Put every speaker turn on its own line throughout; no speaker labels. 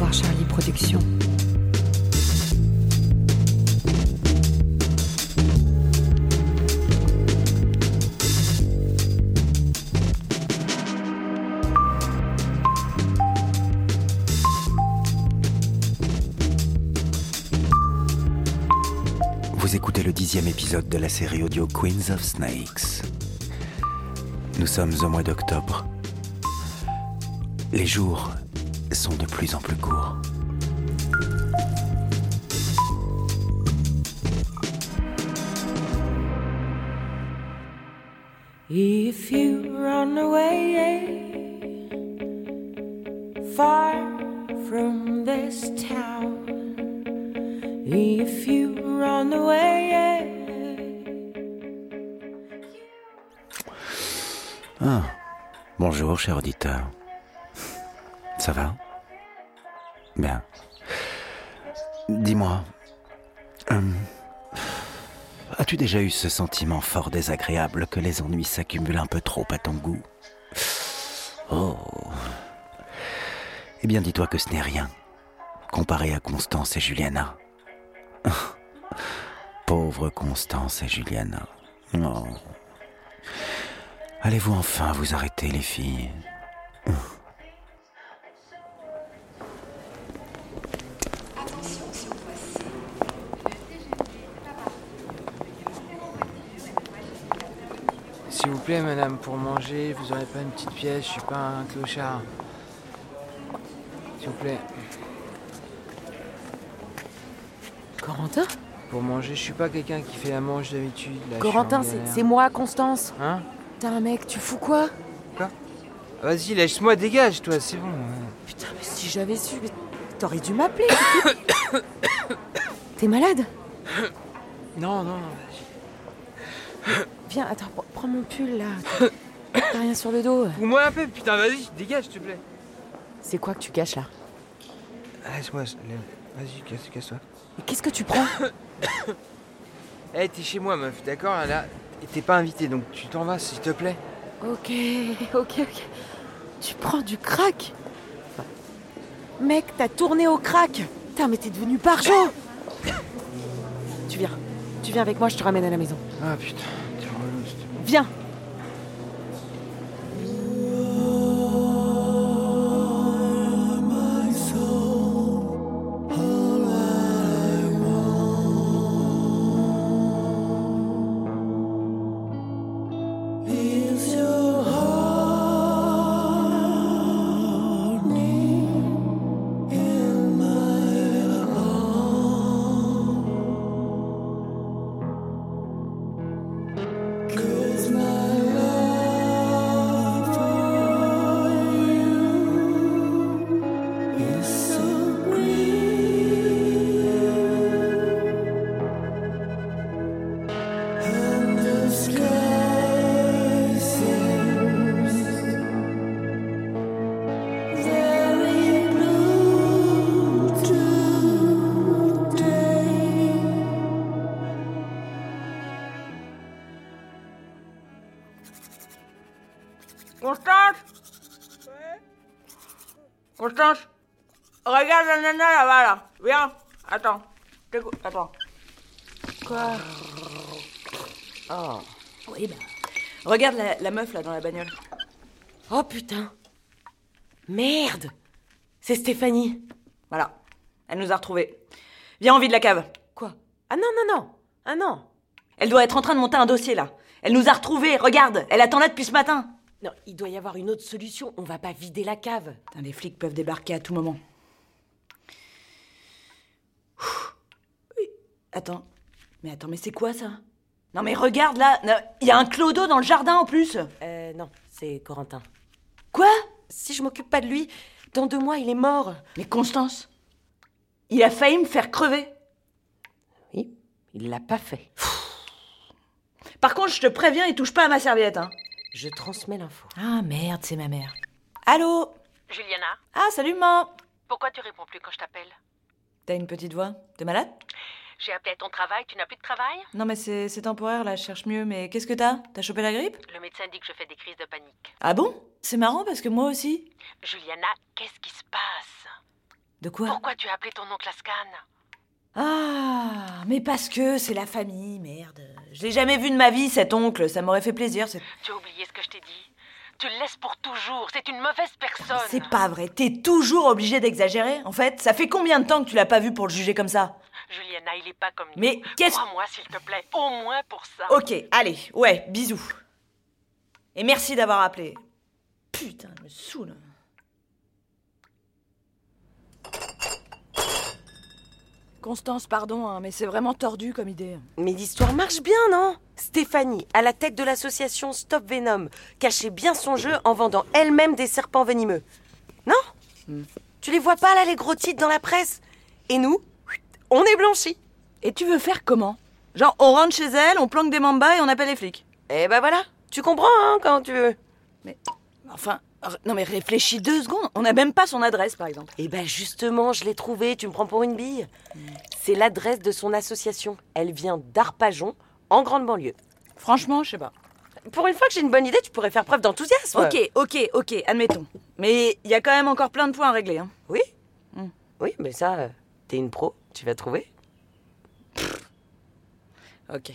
par Charlie Productions.
Vous écoutez le dixième épisode de la série audio Queens of Snakes. Nous sommes au mois d'octobre. Les jours sont de plus en plus courts.
If you run away far from this town, if you run away,
Ah, bonjour, cher auditeur. Ça va Bien. Dis-moi, hum, as-tu déjà eu ce sentiment fort désagréable que les ennuis s'accumulent un peu trop à ton goût Oh Eh bien, dis-toi que ce n'est rien, comparé à Constance et Juliana. Pauvre Constance et Juliana. Oh. Allez-vous enfin vous arrêter, les filles
S'il vous plaît, madame, pour manger, vous aurez pas une petite pièce, je suis pas un clochard. S'il vous plaît,
Corentin
pour manger, je suis pas quelqu'un qui fait la manche d'habitude. là, je suis en
Corentin, c'est
galère.
c'est moi, Constance.
Hein
Putain, mec, tu fous quoi
Vas-y, lâche-moi, dégage, toi, c'est bon.
Putain, mais si j'avais su, mais t'aurais dû m'appeler. putain. T'es malade
Non, non, non.
Viens, attends, pr- prends mon pull là. T'as rien sur le dos.
Fous-moi un peu, putain, vas-y, dégage, s'il te plaît. Ah,
C'est quoi que tu caches là
Laisse-moi, le- vas-y, casse- casse-toi.
Et qu'est-ce que tu prends
Eh, t'es chez moi, meuf, d'accord Là, t'es pas invité, donc tu t'en vas, s'il te plaît.
Ok, ok, ok. Tu prends du crack Mec, t'as tourné au crack Putain, mais t'es devenu barjo Tu viens. Tu viens avec moi, je te ramène à la maison.
Ah, putain, t'es relou, s'il te plaît.
Viens
Constance Constance Regarde la nana là-bas, là. Viens. Attends. T'écou- Attends.
Quoi
Oui, bah. Regarde la, la meuf, là, dans la bagnole.
Oh putain Merde C'est Stéphanie
Voilà. Elle nous a retrouvés. Viens, on vide la cave.
Quoi Ah non, non, non Ah non
Elle doit être en train de monter un dossier, là. Elle nous a retrouvés, regarde. Elle attend là depuis ce matin.
Non, il doit y avoir une autre solution, on va pas vider la cave.
Putain, les flics peuvent débarquer à tout moment. Ouh. Oui. Attends. Mais attends, mais c'est quoi ça Non mais regarde là, non, il y a un clodo dans le jardin en plus.
Euh, non, c'est Corentin.
Quoi
Si je m'occupe pas de lui, dans deux mois, il est mort.
Mais Constance, il a failli me faire crever.
Oui, il l'a pas fait.
Par contre, je te préviens, il touche pas à ma serviette. Hein.
Je transmets l'info.
Ah merde, c'est ma mère.
Allô
Juliana,
Ah, salut maman.
pourquoi tu réponds plus quand je t'appelle
T'as une petite voix T'es malade
J'ai appelé à ton travail, tu n'as plus de travail
Non mais c'est c'est temporaire là, je cherche mieux, mais qu'est-ce que t'as T'as chopé la grippe
Le médecin dit que je fais des crises de panique.
Ah bon C'est marrant parce que moi aussi.
Juliana, qu'est-ce qui se passe
De quoi
Pourquoi tu as appelé ton oncle Ascan
Ah, mais parce que c'est la famille, merde. Je l'ai jamais vu de ma vie, cet oncle. Ça m'aurait fait plaisir. c'est-
Tu as oublié ce que je t'ai dit. Tu le laisses pour toujours. C'est une mauvaise personne.
C'est pas vrai. T'es toujours obligé d'exagérer. En fait, ça fait combien de temps que tu l'as pas vu pour le juger comme ça
Juliana, il est pas comme nous.
Mais qu'est-ce-
Crois-moi, s'il te plaît. Au moins pour ça.
Ok, allez, ouais, bisous. Et merci d'avoir appelé. Putain, je me saoule.
Constance, pardon, hein, mais c'est vraiment tordu comme idée.
Mais l'histoire marche bien, non Stéphanie, à la tête de l'association Stop Venom, cachait bien son jeu en vendant elle-même des serpents venimeux. Non Tu les vois pas là, les gros titres dans la presse Et nous, on est blanchis.
Et tu veux faire comment
Genre, on rentre chez elle, on planque des mambas et on appelle les flics.
Eh ben voilà, tu comprends hein, quand tu veux.
Enfin, r- non mais réfléchis deux secondes. On n'a même pas son adresse, par exemple.
Eh ben justement, je l'ai trouvé, tu me prends pour une bille. C'est l'adresse de son association. Elle vient d'Arpajon, en grande banlieue.
Franchement, je sais pas.
Pour une fois que j'ai une bonne idée, tu pourrais faire preuve d'enthousiasme.
Ok, ok, ok, admettons. Mais il y a quand même encore plein de points à régler. hein.
Oui Oui, mais ça, euh, t'es une pro, tu vas trouver.
Ok.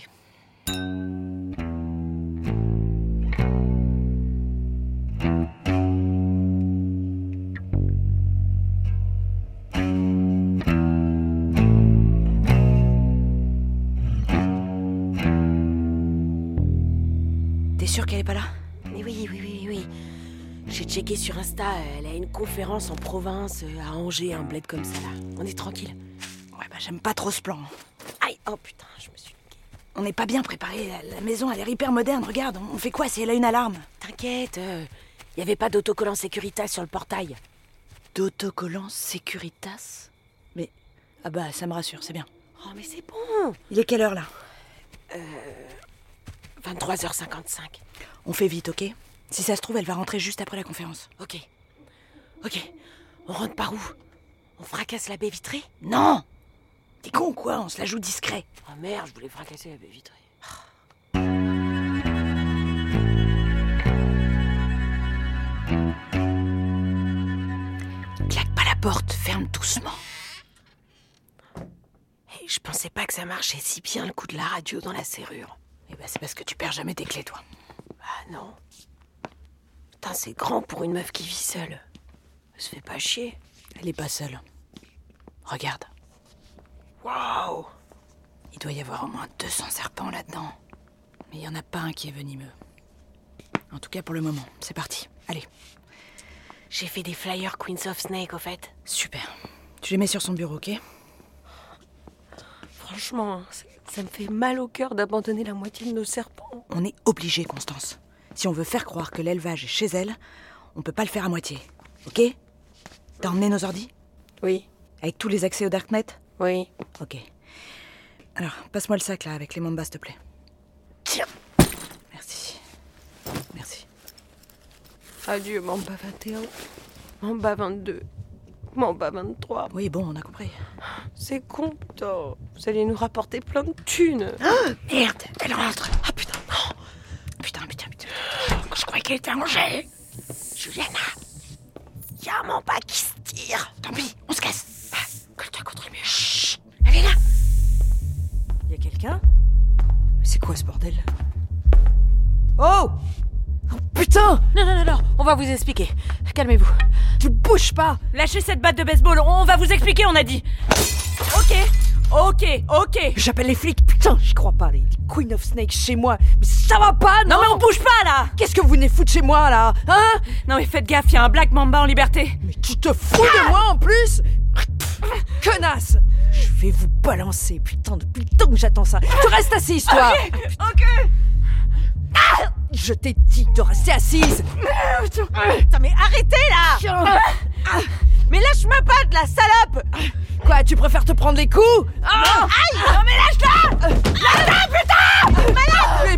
T'es sûr qu'elle est pas là
Mais oui, oui, oui, oui. J'ai checké sur Insta, elle a une conférence en province, à Angers, un bled comme ça là. On est tranquille.
Ouais, bah j'aime pas trop ce plan.
Aïe, oh putain, je me suis niquée.
On n'est pas bien préparé. La, la maison a l'air hyper moderne. Regarde, on fait quoi si elle a une alarme
T'inquiète, il n'y avait pas d'autocollant Securitas sur le portail.
D'autocollant Securitas Mais. Ah bah, ça me rassure, c'est bien.
Oh, mais c'est bon Euh,
Il est quelle heure là
23h55.
On fait vite, ok Si ça se trouve, elle va rentrer juste après la conférence.
Ok. Ok. On rentre par où On fracasse la baie vitrée
Non T'es con ou quoi On se la joue discret.
Oh merde, je voulais fracasser la baie vitrée.
Ah. Claque pas la porte, ferme doucement. Eh,
Hey, je pensais pas que ça marchait si bien le coup de la radio dans la serrure.
Eh ben, c'est parce que tu perds jamais tes clés, toi.
Ah non. Putain, c'est grand pour une meuf qui vit seule. Elle se fait pas chier.
Elle est pas seule. Regarde,
Waouh
il doit y avoir au moins 200 serpents là-dedans. Mais il y en a pas un qui est venimeux. En tout cas, pour le moment, c'est parti. Allez,
J'ai fait des flyers Queens of Snake, au fait.
super. Tu les mets sur son bureau, ok
Franchement, hein, ça- ça me fait mal au cœur d'abandonner la moitié de nos serpents.
On est obligé, Constance. Si on veut faire croire que l'élevage est chez elle, on peut pas le faire à moitié. Ok T'as emmené nos ordi
Oui,
Avec tous les accès au Darknet
oui.
Ok. Alors, passe-moi le sac là, avec les mambas, s'il te plaît. Tiens Merci. Merci.
Adieu, Mamba 21. Mamba 22. Mamba 23.
Oui, bon, on a compris.
C'est con, putain. Vous allez nous rapporter plein de thunes.
Merde, elle rentre Ah putain, non Putain, putain, putain. Je croyais qu'elle était à Angers Juliana Il y a un mamba qui se tire Tant pis, on se casse Colle-toi contre le mur Chut Elle est là Y a quelqu'un Mais c'est quoi ce bordel Oh Oh, Putain
Non, non, non, non, on va vous expliquer. Calmez-vous.
Tu bouges pas Lâchez cette batte de baseball, on va vous expliquer, on a dit Ok, ok, ok
J'appelle les flics, putain, j'y crois pas, les Queen of Snakes chez moi. Mais ça va pas, non,
Non mais on bouge pas là
Qu'est-ce que vous venez foutre chez moi, là Hein
Non mais faites gaffe, y a un black mamba en liberté
Mais tu te fous de moi en plus Connasse Je vais vous balancer, putain, depuis le temps que j'attends ça. Tu restes assise, toi
Ok
Je t'ai dit de rester assise Putain, mais arrêtez, là Ah, Mais lâche ma patte, la salope Quoi, tu préfères te prendre les coups Ah
Non mais lâche-la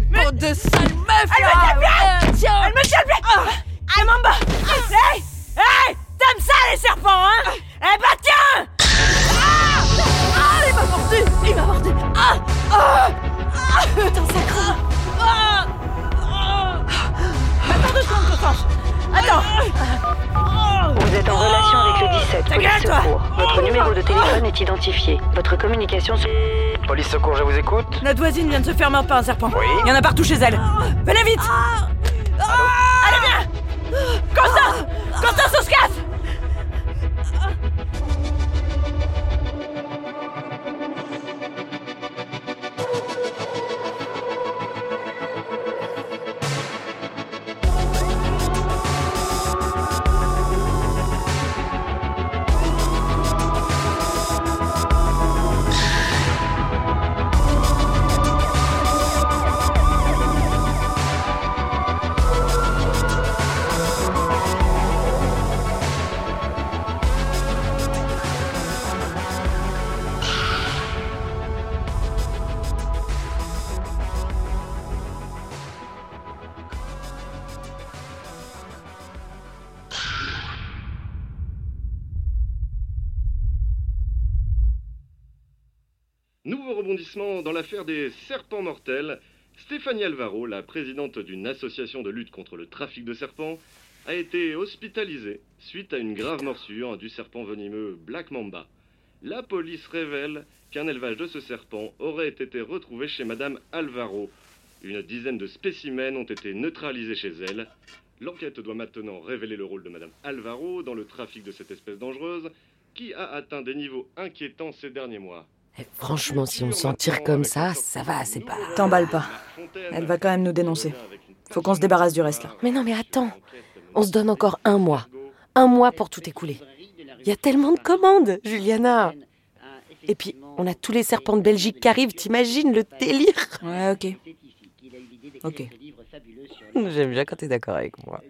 Mais pour de sales meufs,
Elle me tient bien
là ouais, Tiens
Elle me tient bien Ah mamba Hey Hey T'aimes ça les serpents hein Eh bah tiens
Ah, il m'a mordu Il m'a mordu Ah Ah Ah Putain, ça craint
Ah Ah Attends deux secondes, Constance Attends
Oh,
Vous êtes en relation avec le 17.
Police
Dégage-toi
Secours. Votre numéro de téléphone est identifié. Votre communication se...
Police secours, je vous écoute.
Notre voisine vient de se faire mordre par un serpent.
Oui.
Il y en a partout chez elle. Venez vite
Ah, Ah,
Nouveau rebondissement dans l'affaire des serpents mortels. Stéphanie Alvaro, la présidente d'une association de lutte contre le trafic de serpents, a été hospitalisée suite à une grave morsure du serpent venimeux Black Mamba. La police révèle qu'un élevage de ce serpent aurait été retrouvé chez Madame Alvaro. Une dizaine de spécimens ont été neutralisés chez elle. L'enquête doit maintenant révéler le rôle de Madame Alvaro dans le trafic de cette espèce dangereuse qui a atteint des niveaux inquiétants ces derniers mois.
Eh, Franchement, si on s'en tire comme ça, ça va, c'est pas.
T'emballe pas. Elle va quand même nous dénoncer. Faut qu'on se débarrasse du reste, là.
Mais non, mais attends. On se donne encore un mois. Un mois pour tout écouler. Il y a tellement de commandes, Juliana. Et puis, on a tous les serpents de Belgique qui arrivent, t'imagines le délire
Ouais, ok. Ok.
J'aime bien quand t'es d'accord avec moi.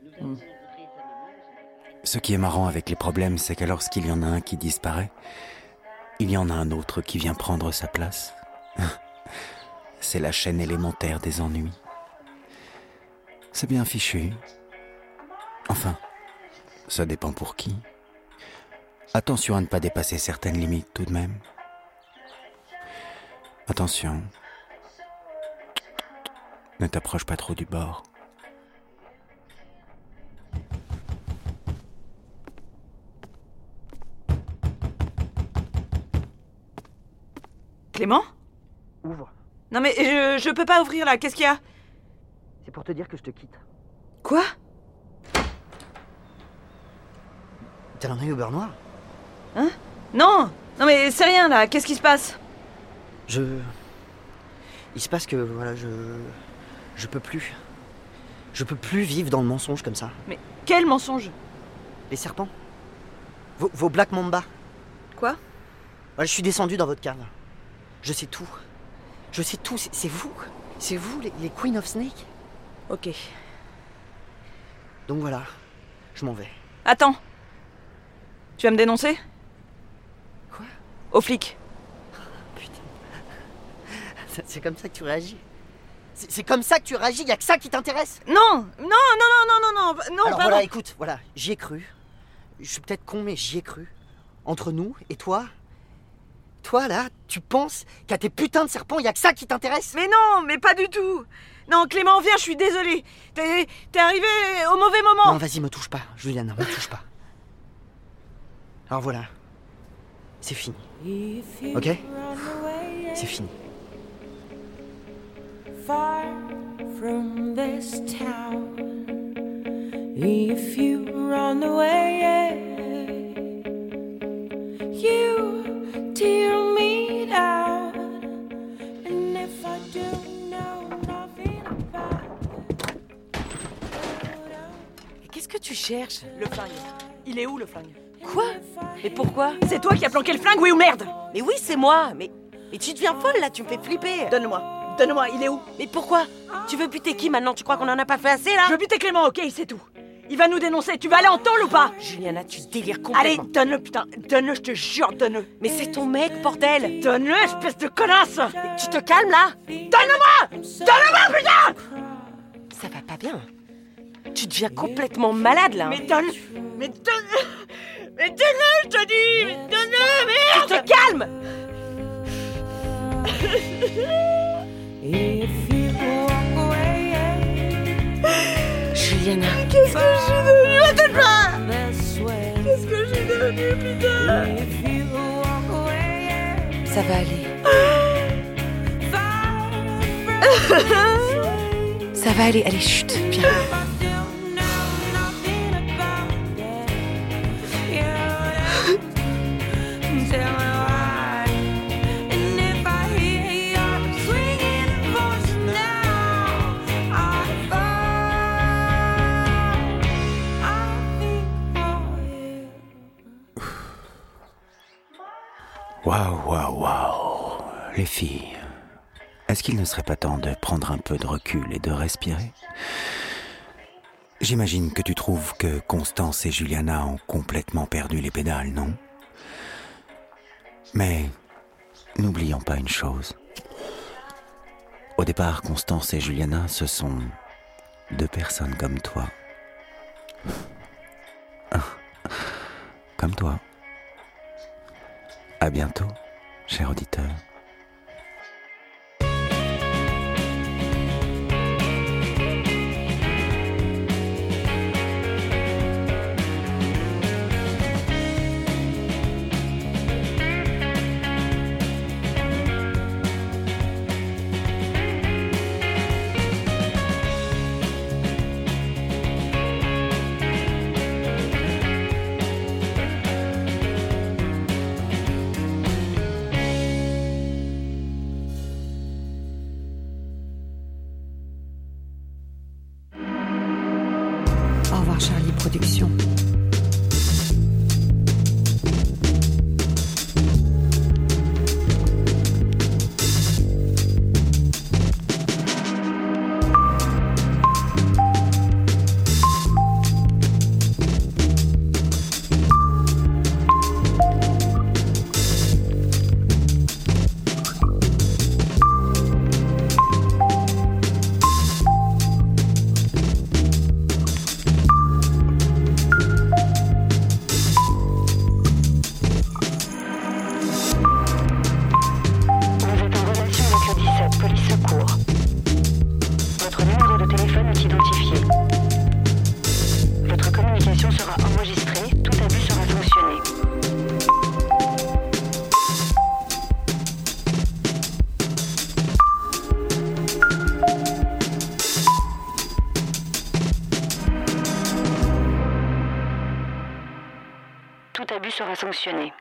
Ce qui est marrant avec les problèmes, c'est que lorsqu'il y en a un qui disparaît, il y en a un autre qui vient prendre sa place. c'est la chaîne élémentaire des ennuis. C'est bien fichu. Enfin, ça dépend pour qui. Attention à ne pas dépasser certaines limites tout de même. Attention. Ne t'approche pas trop du bord.
Clément
Ouvre.
Non mais je, je peux pas ouvrir là, qu'est-ce qu'il y a
C'est pour te dire que je te quitte.
Quoi
T'as un œil au beurre noir
Non Non mais c'est rien là, qu'est-ce qui se passe
Je. Il se passe que, voilà, je. Je peux plus. Je peux plus vivre dans le mensonge comme ça.
Mais quel mensonge
Les serpents Vos, vos Black Mamba
Quoi
Voilà, Je suis descendu dans votre cave. Je sais tout. Je sais tout, c'est c'est vous. C'est vous, les, les Queen of Snake.
Ok.
Donc voilà, je m'en vais.
Attends. Tu vas me dénoncer
Quoi
Au flic.
C'est c'est comme ça que tu réagis. C'est c'est comme ça que tu réagis, y a que ça qui t'intéresse
Non Non, non, non, non, non, non, non,
Alors
pardon.
voilà, écoute, voilà, j'y ai cru. Je suis peut-être con, mais j'y ai cru. Entre nous et toi, toi là, tu penses qu'à tes putains de serpents, y a que ça qui t'intéresse
Mais non, mais pas du tout Non, Clément, viens, je suis désolée. T'es t'es arrivé au mauvais moment.
Non, vas-y, me touche pas, Juliana, me touche pas. Alors voilà, c'est fini, ok C'est fini.
far from this town. If you run away, you tear me down. And if I do know nothing about
Qu'est-ce que tu cherches
Le flingue. Il est où le flingue
Quoi
Et pourquoi C'est toi qui as planqué le flingue, oui ou merde
Mais oui, c'est moi Mais, mais tu deviens folle là, tu me fais flipper
Donne-moi. Donne-moi, il est où
Mais pourquoi Tu veux buter qui maintenant Tu crois qu'on en a pas fait assez
Ah.
là
Je veux buter Clément, ok, c'est tout. Il va nous dénoncer. Tu vas aller en tôle ou pas
Juliana, tu délires
Allez,
complètement.
donne-le, putain. Donne-le, je te jure, donne-le.
Mais c'est ton mec, bordel
Donne-le, espèce de connasse
Mais Tu te calmes là
Donne-le-moi Donne-le-moi, putain
Ça va pas bien. Tu deviens complètement malade là.
Mais donne... Mais donne... Mais donne-le, je te dis Mais donne-le, merde Tu te calmes
if you walk away.
Juliana,
This way.
Qu'est-ce que je donne
tenue, putain
Ça va aller. Ça va aller. Allez, chut, viens.
Waouh, waouh, waouh. Les filles, est-ce qu'il ne serait pas temps de prendre un peu de recul et de respirer J'imagine que tu trouves que Constance et Juliana ont complètement perdu les pédales, non Mais n'oublions pas une chose. Au départ, Constance et Juliana, ce sont deux personnes comme toi. Comme toi. À bientôt, cher auditeur.
Au revoir Charlie Productions.
Avec le 17, police secours. Votre numéro de téléphone est identifié. Votre communication sera enregistrée, tout abus sera sanctionné. Tout abus sera sanctionné.